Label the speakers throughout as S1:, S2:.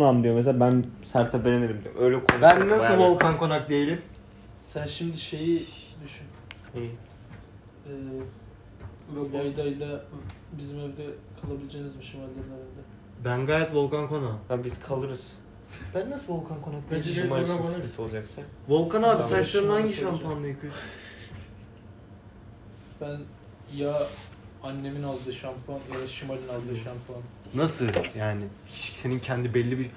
S1: yapamam diyor mesela ben Sertab Erener'im diyor. Öyle konuşuyor.
S2: Ben nasıl
S1: Bayağı bir-
S2: Volkan Konak değilim?
S3: Sen şimdi şeyi düşün.
S1: İyi.
S3: Ee, Bayda'yla bizim evde kalabileceğiniz mi Şimal'lerin evinde?
S2: Ben gayet Volkan Konak.
S1: Ya biz kalırız.
S3: Ben nasıl Volkan Konak
S4: Bence
S3: değilim?
S4: de-
S1: Şımarık
S4: bana- bana-
S1: sıkıntı olacaksa.
S2: Volkan
S3: Ben
S2: abi
S3: de
S2: saçlarını
S3: şunu
S2: hangi
S3: soracağım.
S2: şampuanla yıkıyorsun?
S3: Ben ya annemin aldığı şampuan ya da Şimal'in aldığı şampuan.
S2: Nasıl yani? Hiç senin kendi belli bir...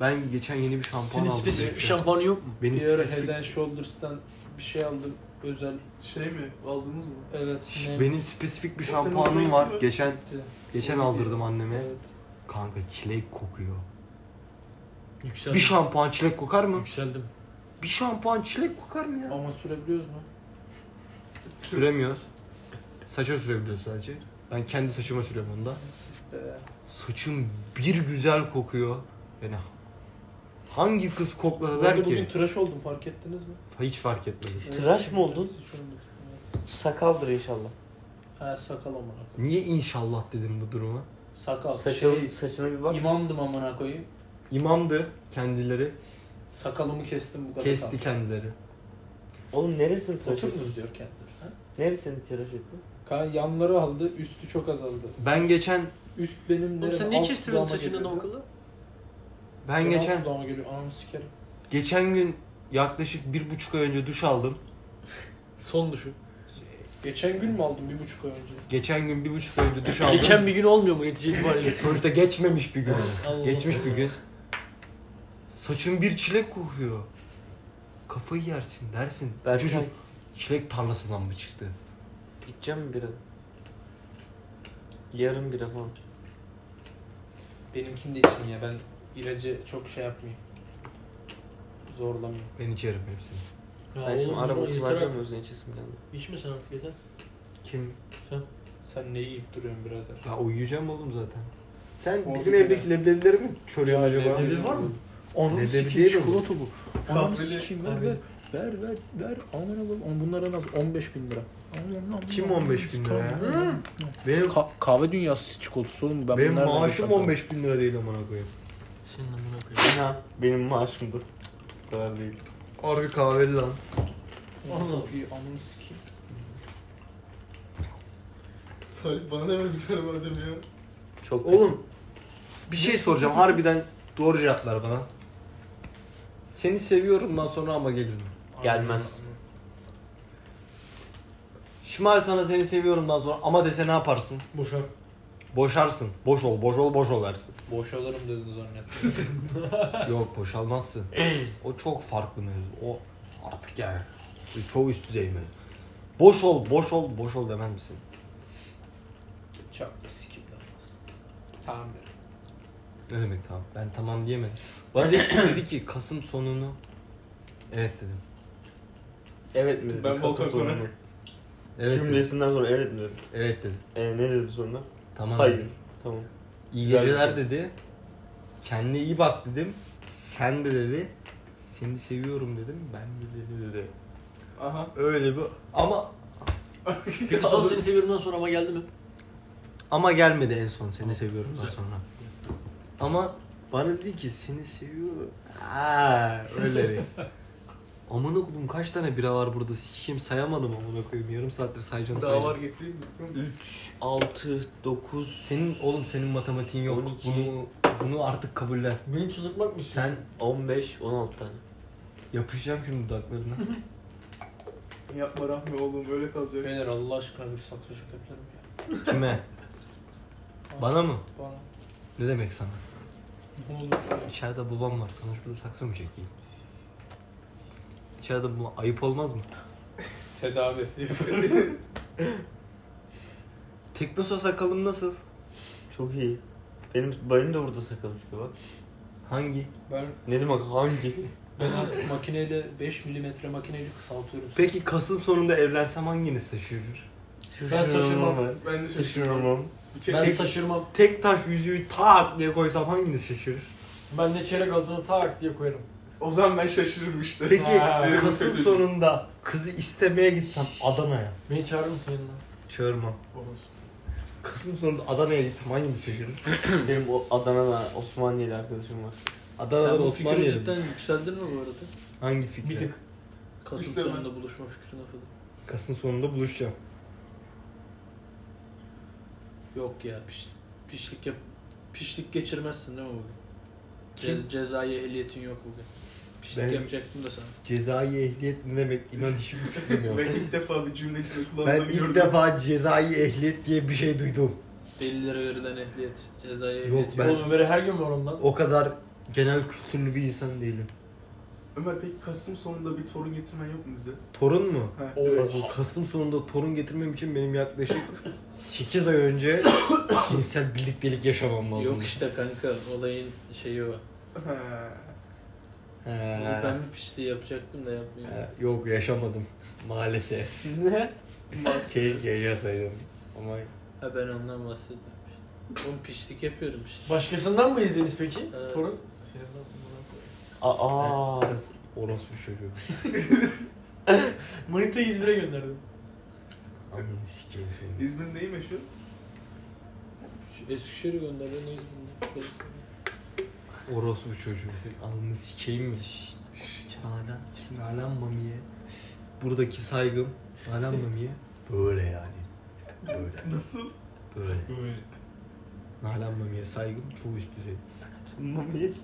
S2: Ben geçen yeni bir şampuan
S4: Senin
S2: aldım.
S4: spesifik bir şampuanı yok mu?
S2: Benim
S3: Bir ara
S2: spesifik...
S3: Head and Shoulders'tan bir şey aldım özel.
S4: Şey mi? Aldınız mı?
S3: Evet.
S2: Şş,
S3: nem-
S2: Benim spesifik bir
S4: O senin
S2: şampuanım
S4: oradaki
S2: var.
S4: mi?
S2: Geçen geçen
S4: Oradaki.
S2: aldırdım anneme.
S3: Evet.
S2: Kanka çilek kokuyor.
S4: Yükseldim.
S2: Bir şampuan çilek kokar mı?
S4: Yükseldim.
S2: Bir şampuan çilek kokar mı ya?
S3: Ama sürebiliyoruz mu?
S2: Süremiyoruz. Saça sürebiliyoruz sadece. Ben kendi saçıma sürüyorum onu da.
S3: Ee,
S2: Saçım bir güzel kokuyor. Yani hangi kız koklasa
S3: Bu arada
S2: der
S3: bugün
S2: ki
S3: tıraş oldum fark ettiniz mi?
S2: hiç fark etmedi.
S1: Tıraş mı oldun?
S3: Hiç olmadı.
S1: Sakaldır inşallah.
S3: Ha sakal amına koyayım.
S2: Niye inşallah dedim bu duruma?
S3: Sakal.
S1: Saçı,
S3: şey,
S1: saçına bir bak.
S3: imamdım amına koyayım.
S2: İmamdı kendileri.
S3: Sakalımı kestim bu kadar.
S2: Kesti kendileri.
S1: Oğlum neresini tıraş ettin?
S3: Oturunuz diyor kendileri. Ha?
S1: Neresini tıraş ettin?
S3: Kan yanları aldı, üstü çok azaldı.
S2: Ben geçen
S3: Üst benim
S4: Oğlum
S3: nerem,
S4: sen niye
S3: alt
S4: kestirdin
S3: dudağıma
S4: saçını
S3: geliyor.
S4: adam akıllı?
S2: ben
S3: Benim
S2: geçen
S3: Alt dudağıma geliyor, ananı sikerim.
S2: geçen gün yaklaşık bir buçuk ay önce duş aldım.
S4: Son düşün.
S3: Geçen gün mü aldım bir buçuk ay önce?
S2: Geçen gün bir buçuk ay önce duş aldım.
S4: Geçen bir gün olmuyor mu netice itibariyle?
S2: Sonuçta geçmemiş bir gün.
S4: Allah
S2: Geçmiş
S4: Allah.
S2: bir gün. Saçım bir çilek kokuyor. Kafayı yersin dersin. Bu
S1: Berkay.
S2: Çocuk çilek tarlasından mı çıktı?
S1: İçeceğim mi bira? Yarım bira falan.
S3: Benimkini de için ya, ben ilacı çok şey yapmayayım. Zorlamayayım.
S2: Ben içerim hepsini.
S4: Ya
S1: ben şimdi
S4: oğlum,
S1: araba
S4: yeter
S1: kullanacağım
S4: artık.
S1: o yüzden içesim geldi.
S4: İçme sen artık yeter.
S2: Kim?
S3: Sen neyi yiyip duruyorsun birader?
S2: Ya uyuyacağım oğlum zaten. Sen
S3: Oğlum
S2: bizim
S3: bir
S2: evdeki leblebileri mi çörüyorsun
S3: Ya
S2: acaba?
S3: leblebi-
S4: Evli var mı?
S3: Onun
S2: Leblebi değil o. Çikolata bu.
S3: Ananı
S4: Kahveli-
S3: sikeyim ver ver. Ver ver ver. Aman Allah'ım. Bunlar en az 15 bin lira. Aman Allah'ım.
S2: Kim 15 bin lira ya?
S3: Hı.
S2: Benim,
S3: Ka- kahve dünyası çikolatası oğlum. Ben
S2: benim
S3: bunu nereden
S2: maaşım
S3: bulacağım?
S2: 15 bin lira değil amına koyayım.
S4: Senin amına koyayım.
S1: İnan benim maaşım bu. Bu kadar değil.
S2: Harbi kahveli lan.
S4: Allah.
S3: İyi, Ananı sikeyim.
S4: Salih bana deme bir tane bana deme ya.
S1: Çok
S2: Oğlum bir şey soracağım harbiden doğru cevap ver bana. Seni seviyorumdan sonra ama gelir mi?
S1: Gelmez.
S2: Şimal sana seni seviyorumdan sonra ama dese ne yaparsın?
S4: Boşar.
S2: Boşarsın. Boş ol, boş ol, boş ol dersin.
S3: Boş alırım dedin zannettim.
S2: Yok boşalmazsın. o çok farklı mevzu. O artık yani. Çoğu üst düzey mevzu. Boş ol, boş ol, boş ol demez misin?
S3: Çaklı sikim damlası. Tamam derim.
S2: Ne demek tamam? Ben tamam diyemedim. Bana dedi ki, dedi ki Kasım sonunu evet dedim.
S1: Evet mi dedim?
S4: Ben
S1: Kasım
S4: Volkan
S1: sonunda.
S4: Konak.
S2: Evet dedim.
S1: Cümlesinden sonra evet mi dedim?
S2: Evet dedim.
S1: E, ne dedim sonra?
S2: Tamam.
S1: Hayır.
S2: dedim.
S1: Tamam.
S2: İyi
S1: Güzel
S2: geceler
S1: dedi.
S2: dedi. Kendine iyi bak dedim. Sen de dedi. Seni seviyorum dedim. Ben de seni dedi.
S4: Aha.
S2: Öyle bir ama
S4: Peki son seni seviyorumdan sonra ama geldi mi?
S2: ama gelmedi en son seni seviyorum daha
S4: Güzel.
S2: sonra. Ama bana dedi ki seni seviyorum. Aa öyle dedi. Amına koydum kaç tane bira var burada sikeyim sayamadım amına koyayım yarım saattir sayacağım sayacağım.
S1: 6, 9,
S2: Senin oğlum senin matematiğin yok.
S1: 12.
S2: Bunu bunu artık kabullen.
S4: Beni çıldırtmak mı istiyorsun?
S2: Sen
S1: 15, 16 tane.
S2: yapışacağım şimdi dudaklarına.
S4: Yapma Rahmi oğlum öyle kalacak.
S3: Beyler Allah aşkına bir sakso şekerler mi ya?
S2: Kime? Bana mı?
S3: Bana.
S2: Ne demek sana?
S3: Ne olur ya.
S2: İçeride babam var. Sana şurada saksı mı çekeyim? İçeride bu ayıp olmaz mı?
S3: Tedavi.
S2: Teknosa sakalım nasıl?
S1: Çok iyi. Benim benim de burada sakalım çıkıyor bak.
S2: Hangi?
S3: ben,
S1: Ne demek hangi?
S3: ben artık makineyle 5 milimetre makineyle kısaltıyorum.
S2: Peki Kasım sonunda evlensem hanginiz saçırır?
S3: Ben şaşırmam.
S4: Ben de
S1: Şaşırmam.
S4: Ben şaşırmam.
S2: Tek taş yüzüğü tak diye koysam hanginiz şaşırır?
S4: Ben de çeyrek altını tak diye koyarım.
S5: O zaman ben şaşırırım işte.
S2: Peki
S4: Ha.
S2: Kasım sonunda kızı istemeye gitsem Adana'ya.
S4: Beni çağırır mısın yanına?
S2: Çağırmam. Kasım sonunda Adana'ya gitsem hanginiz şaşırır?
S1: Benim o Adana'da Osmaniye'li arkadaşım var.
S2: Adana'dan
S3: Sen bu
S2: Osman
S3: fikri
S2: yerim.
S3: cidden yükseldin mi bu arada?
S2: Hangi fikri?
S4: Bir tık.
S3: Kasım
S5: İşte ben-
S3: sonunda buluşma fikrine falan.
S2: Kasım sonunda buluşacağım.
S3: Yok ya piş, pişlik yap, pişlik geçirmezsin değil mi bugün?
S2: Kim?
S3: Cez, cezai ehliyetin yok bugün. Pişlik
S2: Ben-
S3: yapacaktım da sana.
S2: Cezai ehliyet ne demek? İnan hiçbir fikrim yok.
S4: Ben ilk defa bir cümle içinde
S2: ben
S4: kullandığımı
S2: ilk
S4: gördüm.
S2: defa cezai ehliyet diye bir şey duydum.
S3: Delilere verilen ehliyet, işte, cezai ehliyet
S2: ben-
S3: yok.
S2: Oğlum
S5: Oğlum Ömer'e her gün var ondan.
S2: O kadar genel kültürlü bir insan değilim.
S4: Ömer peki Kasım sonunda bir torun getirmen yok mu bize?
S2: Torun mu?
S4: Ha,
S3: Oo.
S4: evet.
S2: Kasım sonunda torun getirmem için benim yaklaşık 8 ay önce cinsel birliktelik yaşamam lazım.
S3: Yok işte kanka olayın şeyi o.
S4: Ha.
S2: He.
S3: Ben bir pişliği yapacaktım da yapmayayım.
S2: He, Yok yaşamadım maalesef. Keşke yaşasaydım. Ama
S3: Ha ben ondan bahsetmemiştim. Oğlum pişlik yapıyorum işte.
S5: Başkasından mı yediniz peki?
S3: Evet.
S5: Torun?
S1: Aa, aa.
S2: orospu çocuğu.
S5: Manita'yı İzmir'e gönderdim.
S2: Amını sikeyim seni.
S4: İzmir neyi meşhur?
S3: Şu Eskişehir'e gönderdiğin İzmir'de.
S2: Orospu çocuğu senin amını sikeyim mi? Nalan, Nalan Mami'ye. Buradaki saygım Nalan Mami'ye. Böyle yani. Böyle.
S4: Nasıl?
S2: Böyle. Nalan Mami'ye saygım çoğu üst düzey.
S1: Mamiyiz.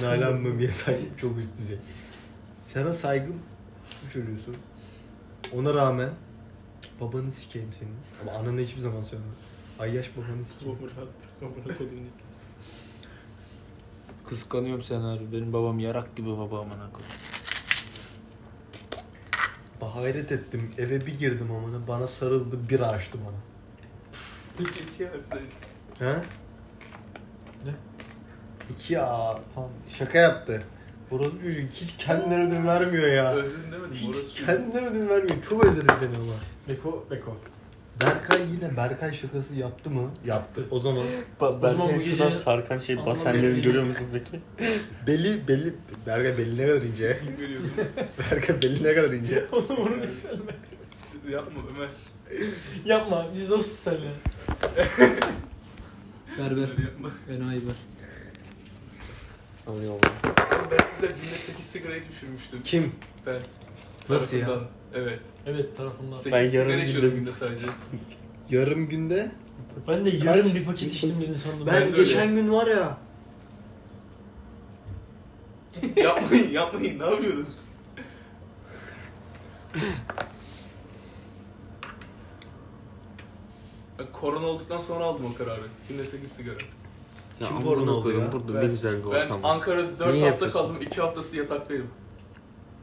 S2: Nalan Mami'ye saygım çok üst düzey. Sana saygım bu çocuğusun. Ona rağmen babanı sikeyim senin. Ama ananı hiçbir zaman söyleme. Ay yaş babanı sikeyim.
S6: Kıskanıyorum seni abi. Benim babam yarak gibi baba amına koyayım.
S2: Bah, Hayret ettim. Eve bir girdim amına. Bana sarıldı. Bir açtı bana.
S4: Peki ikiye verseydin.
S2: He? Ne? İki ya falan. Şaka yaptı. Orospu çocuğu hiç kendine ödün vermiyor ya.
S4: Özledin demedim. mi? Orası
S2: Hiç kendine ödün vermiyor. Çok özledim seni ama.
S5: Beko, Beko.
S2: Berkay yine Berkay şakası yaptı mı? Yaptı. O zaman
S1: Ba
S5: zaman bu
S1: ben bu
S5: gece-
S1: sarkan şey
S5: Anlamadım.
S1: basenleri görüyor musun peki?
S2: belli belli Berkay belli ne kadar ince.
S4: Kim görüyordun?
S2: Berkay belli ne kadar ince.
S5: Oğlum onu yükselme.
S4: Yapma Ömer.
S5: Yapma, biz dostuz seninle.
S3: Ver ver.
S4: Ömer yapma.
S3: Enayi ver.
S1: Anlıyorum.
S4: Ben bize günde 8 sigarayı düşürmüştüm.
S2: Kim?
S4: Ben.
S2: Nasıl ya?
S4: Tarafından. Evet.
S5: Evet, tarafından.
S4: 8
S1: Ben yarım
S4: sigara
S1: günde-
S4: içiyorum günde sadece.
S2: Yarım günde.
S5: Ben de yarın bir paket içtim dedin sandım.
S2: Ben,
S4: Ben de
S2: geçen gün var ya.
S4: yapmayın yapmayın ne yapıyoruz biz? Ben korona olduktan sonra aldım o kararı. Günde 8 sigara.
S2: Kim korona oldu ya?
S1: Burada
S4: Ben-
S1: bir güzel bir
S4: Ben
S1: ortam. var.
S4: Ankara'da 4
S1: Niye
S4: hafta
S1: yapıyorsun?
S4: kaldım, 2 haftası yataktaydım.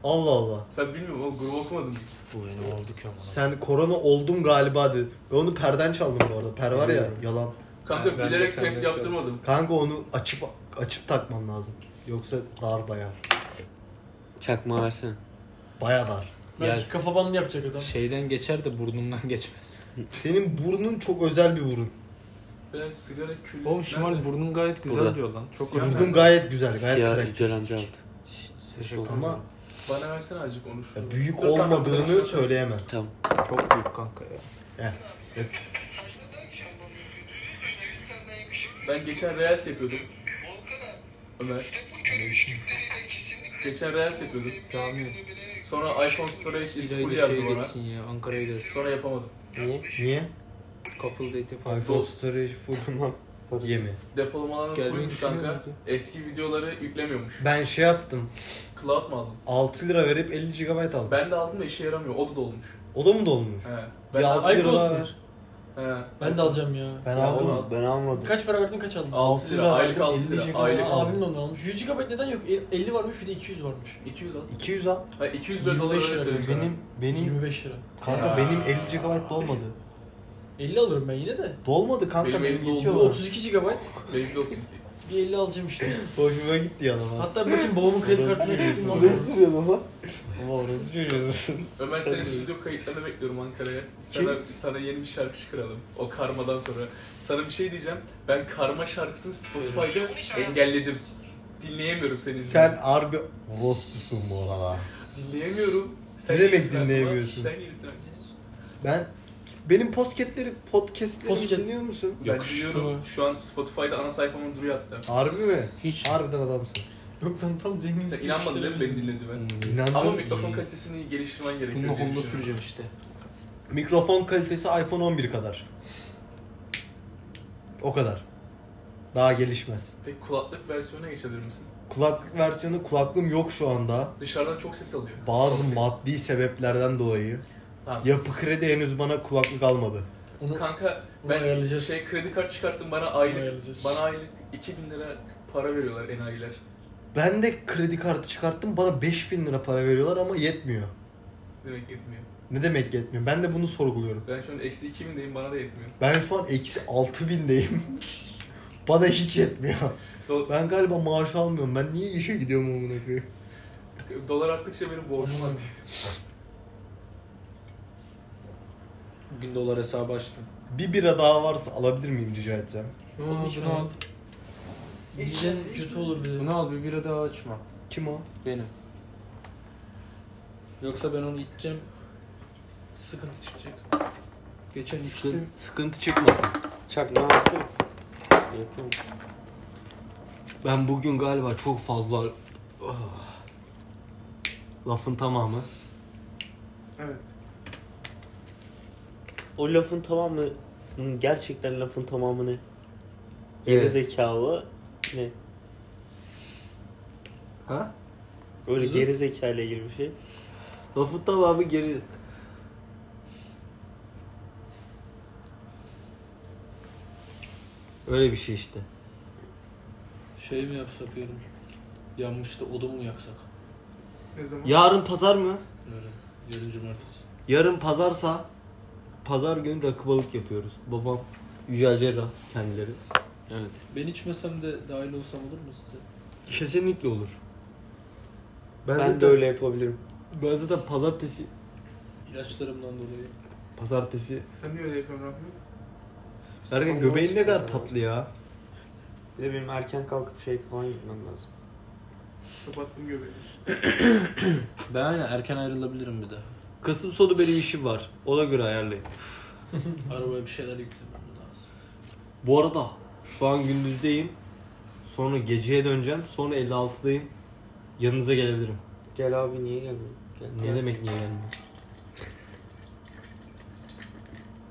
S2: Allah Allah.
S4: Sen bilmiyorum oğlum grubu okumadım hiç.
S6: Bu ne oldu ki amına?
S2: Sen korona oldum galiba dedi. Ben onu perden çaldım bu arada. Per var ya yalan.
S4: Kanka
S5: Ben- ben de
S4: bilerek
S5: senden
S4: test
S5: şey
S4: yaptırmadım.
S2: Kanka onu açıp açıp takman lazım. Yoksa dar baya.
S1: Çakma versene.
S2: Baya dar.
S5: Belki
S6: Ya-
S5: kafa bandı yapacak adam.
S6: Şeyden geçer de burnumdan geçmez.
S2: Senin burnun çok özel bir burun.
S4: Ben sigara külü...
S6: Oğlum Şimal
S4: Nerede?
S6: burnum gayet güzel
S1: Burada.
S6: diyor lan. Çok
S4: Siyah
S6: hoşuma
S2: Burnun gayet güzel, gayet
S1: Siyah
S2: karakteristik.
S1: Yücel amca aldı.
S6: Teşekkür ederim.
S2: Ama
S4: Bana versene azıcık onu şu.
S2: ya büyük
S4: Dur, kanka,
S2: olmadığını
S4: dur.
S2: söyleyemem.
S1: Tamam.
S6: Çok büyük kanka ya.
S4: Ben geçen reels yapıyordum. Ömer. Geçen reels yapıyordum.
S6: Cami.
S4: Sonra iPhone storage is
S6: Bir ay
S3: şey
S6: da
S4: full
S6: şeye
S4: yazdım ona.
S6: geçsin ya. Ankara'ya gelsin.
S4: Sonra yapamadım.
S2: Niye? Niye?
S6: Couple dating falan.
S2: iPhone storage full yemi.
S4: Depolama alanı
S6: Geldiğini
S4: fullmüş
S6: düşünüyor
S4: kanka.
S6: muydu?
S4: Eski videoları yüklemiyormuş.
S2: Ben şey yaptım.
S4: Cloud mu aldın?
S2: 6 lira verip 50 GB aldım.
S4: Ben de aldım da işe yaramıyor. O da dolmuş.
S2: O da mı dolmuş?
S4: He.
S2: Bir 6 lira
S5: iPhone
S2: daha
S5: mu?
S2: ver.
S4: He.
S5: Ben de alacağım ya.
S2: Ben
S1: Ya
S2: aldım.
S1: oğlum ben almadım.
S5: Kaç para verdin, kaç aldın?
S4: 6 lira. Aylık 6
S2: elli
S4: lira.
S2: gigabyte
S4: Aylık.
S2: aldım.
S5: Abim de ondan almış. 100 GB neden yok? E- 50 varmış bir de 200 varmış.
S4: 200 al.
S2: 200 al.
S4: Ha 200 bölü dolar
S5: 25
S4: öyle
S5: lira
S4: söyleyeyim sana.
S2: Benim benim
S5: 25 lira.
S2: kanka benim 50 GB dolmadı.
S5: 50 alırım ben yine de.
S2: Dolmadı kanka
S4: Benim
S2: benim,
S4: elimde
S2: yetiyor
S4: oldu.
S2: bana.
S5: 32 GB
S4: Benim de 32.
S5: bir 50 alacağım işte.
S2: Hoşuma gitti yanıma.
S5: Hatta bütün babamın kredi kartına çektim ama.
S1: sürüyorsun lan?
S2: Ama orası çocuğusun.
S4: Ömer seni stüdyo kayıtlarına bekliyorum Ankara'ya. Biz
S2: Kim?
S4: Sana, biz sana yeni bir şarkı çıkaralım. O karmadan sonra. Sana bir şey diyeceğim. Ben karma şarkısını Spotify'da engelledim. Dinleyemiyorum seni.
S2: Sen harbi orospusun bu arada.
S4: Dinleyemiyorum.
S2: Ne demek
S4: gelirsin aklıma,
S2: dinleyemiyorsun?
S4: Sen gelirsin aklıma.
S2: Ben Benim podcastleri, podcastleri
S5: Podcast.
S2: dinliyor musun?
S4: Ben
S3: Yakıştı
S4: biliyorum
S3: mı?
S4: şu an Spotify'da ana sayfamın duruyor hatta.
S2: Harbi mi?
S3: Hiç.
S2: Harbiden adamsın.
S5: Yok lan tam zengin.
S4: Sen inanmadın değil mi beni dinlediğime?
S2: İnandım.
S4: Ama mikrofon kalitesini geliştirmen
S6: şey
S4: gerekiyor.
S3: Bununla
S4: diye
S3: Honda
S4: düşünüyorum.
S3: süreceğim işte.
S2: Mikrofon kalitesi iPhone 11 kadar. O kadar. Daha gelişmez.
S4: Peki kulaklık versiyonuna geçebilir misin?
S2: Kulaklık versiyonu kulaklığım yok şu anda.
S4: Dışarıdan çok ses alıyor.
S2: Bazı maddi sebeplerden dolayı.
S4: Tamam.
S2: Yapı kredi henüz bana kulaklık almadı.
S5: Onu
S4: Kanka
S5: Onu
S4: ben
S5: ayarlayacağız.
S4: şey kredi kartı çıkarttım bana
S5: Onu
S4: aylık
S5: ayarlayacağız.
S4: bana aylık 2000 lira para veriyorlar enayiler.
S2: Ben de kredi kartı çıkarttım bana 5000 lira para veriyorlar ama yetmiyor.
S4: Demek yetmiyor.
S2: Ne demek yetmiyor? Ben de bunu sorguluyorum.
S4: Ben şu an eksi 2000'deyim bana da yetmiyor.
S2: Ben şu an eksi 6000'deyim. bana hiç yetmiyor.
S4: Do-
S2: Ben galiba maaş almıyorum. Ben niye işe gidiyorum amına koyayım?
S4: dolar arttıkça benim borcum artıyor.
S3: Bugün dolar hesabı açtım.
S2: Bir bira daha varsa alabilir miyim rica etsem?
S5: Oğlum
S3: Aa,
S5: hiç
S3: bunu al.
S5: Bizden kötü olur bir de.
S3: Bunu al bir bira daha açma.
S2: Kim o?
S3: Benim. Yoksa ben onu içeceğim. Sıkıntı çıkacak. Geçen içtim.
S2: sıkıntı çıkmasın.
S3: Çak ne yapsın? Yakın.
S2: Ben bugün galiba çok fazla... Ah. Lafın tamamı.
S1: O lafın tamamının gerçekten lafın tamamını geri
S2: Evet.
S1: zekalı ne?
S2: Ha?
S1: Öyle
S3: Bizim-
S1: geri zekalı ile ilgili bir şey.
S2: Lafın tamamı geri... Öyle bir şey işte.
S3: Şey mi yapsak yarın? Yanmış da odun mu yaksak?
S4: Ne zaman?
S2: Yarın pazar mı?
S3: Yarın. Yarın cumartesi.
S2: Yarın pazarsa pazar günü rakı balık yapıyoruz. Babam Yücel Cerrah kendileri.
S3: Evet. Ben içmesem de dahil olsam olur mu size?
S2: Kesinlikle olur.
S1: Ben,
S2: zaten-
S1: de öyle yapabilirim.
S2: Ben zaten pazartesi
S3: İlaçlarımdan dolayı.
S2: pazartesi
S4: Sen niye öyle yapıyorsun Rahmi?
S2: Ergen göbeğin ne kadar tatlı ya.
S1: Bir de benim erken kalkıp şey falan gitmem lazım.
S4: Kapattım göbeği.
S3: Ben aynen erken ayrılabilirim bir de.
S2: Kasım sonu benim işim var. Ona göre ayarlayın.
S3: Arabaya bir şeyler yüklemem lazım.
S2: Bu arada şu an gündüzdeyim. Sonra geceye döneceğim. Sonra 56'dayım. Yanınıza gelebilirim.
S1: Gel abi niye gelmiyorsun? Gel,
S2: Ne
S1: gel.
S2: demek niye gelmiyor?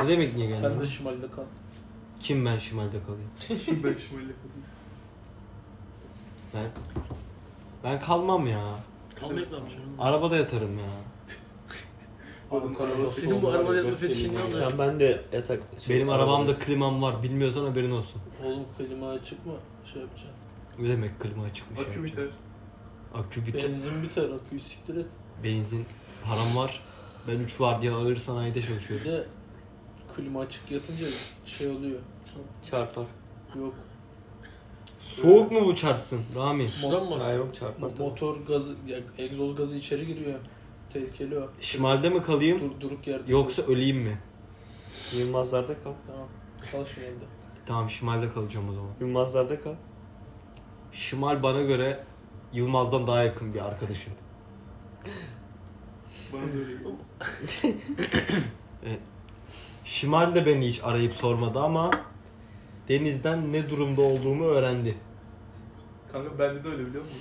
S2: Ne demek niye gelmiyor?
S3: Sen de şimalde kal.
S2: Kim ben şimalde kalayım?
S4: ben şimdi öyle yapalım.
S2: Ben ben kalmam ya.
S5: Kalmayıp ne yapacaksın?
S2: Arabada yatarım ya.
S5: Senin bu arabada yatma fetişin ne oldu?
S1: Ya ben de yatak... şey,
S2: Benim arabamda klimam var. Bilmiyorsan haberin olsun.
S3: Oğlum klima açık mı? Şey yapacaksın.
S2: Ne demek klima açıkmış?
S4: Akü biter.
S2: Akü biter.
S3: Benzin biter, aküyü siktir et.
S2: Benzin. Param var. Ben 3 var diye ağır sanayide
S3: Bir
S2: çalışıyorum.
S3: de klima açık yatınca şey oluyor.
S1: Çarpar.
S3: Yok.
S2: Soğuk mu bu çarpsın? Rami.
S5: Sudan mı?
S1: Hayvan çarpar. tabii.
S3: Motor gazı, ya, egzoz gazı içeri giriyor. Tehlikeli o.
S2: Şimalde mi kalayım?
S3: Dur, duruk yerde.
S2: Yoksa
S3: içeri-
S2: öleyim mi?
S1: Yılmazlarda kal.
S3: Tamam. Kal şimdi evde.
S2: Tamam şimalde kalacağım o zaman.
S1: Yılmazlarda kal.
S2: Şimal bana göre Yılmaz'dan daha yakın bir arkadaşım.
S4: Bana da öyle geliyor.
S2: Şimal de beni hiç arayıp sormadı ama Deniz'den ne durumda olduğumu öğrendi.
S4: Kanka bende de öyle biliyor musun?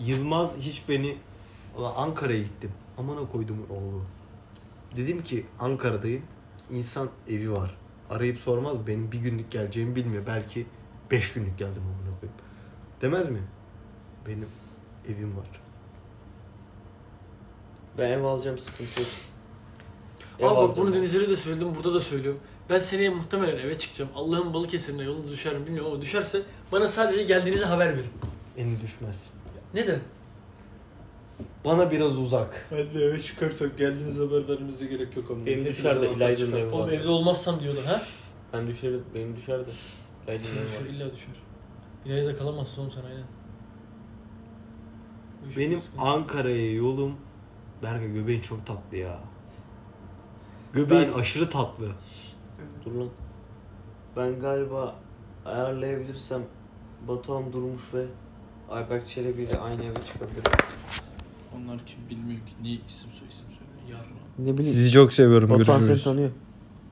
S2: Yılmaz hiç beni Ulan Ankara'ya gittim. Amına koydum oğlu. Dedim ki Ankara'dayım. İnsan evi var. Arayıp sormaz benim bir günlük geleceğimi bilmiyor. Belki beş günlük geldim amına koyayım. Demez mi? Benim evim var.
S1: Ben ev alacağım sıkıntı yok. Ev
S5: Abi bak
S1: alacağım
S5: bunu
S1: ben.
S5: Denizli'de de söyledim, burada da söylüyorum. Ben seneye muhtemelen eve çıkacağım. Allah'ın Balıkesir'ine yolunu düşerim bilmiyorum ama düşerse bana sadece geldiğinizi haber verin.
S2: Eni düşmez.
S5: Neden?
S2: Bana biraz uzak.
S3: Ben de eve çıkarsak geldiğiniz haber vermenize gerek yok ama.
S1: Benim dışarıda İlayda'nın evi
S5: Oğlum
S1: var.
S5: evde olmazsam diyordu ha?
S1: Ben düşer, benim düşer de. İlayda'nın evi
S5: Düşer,
S1: var.
S5: illa düşer. İlayda da kalamazsın oğlum sen aynen. Bu iş
S2: Benim
S5: bir sıkıntı.
S2: Ankara'ya yolum Berke göbeğin çok tatlı ya. Göbeğin
S1: Ben-
S2: aşırı tatlı.
S1: Dur lan. Ben galiba ayarlayabilirsem Batuhan Durmuş ve Ayberk Çelebi ile aynı eve çıkabilirim.
S3: Onlar kim bilmiyor ki. Niye isim soy isim söylüyor? Yarın.
S1: Ne bileyim.
S2: çok seviyorum.
S1: Batuhan seni tanıyor.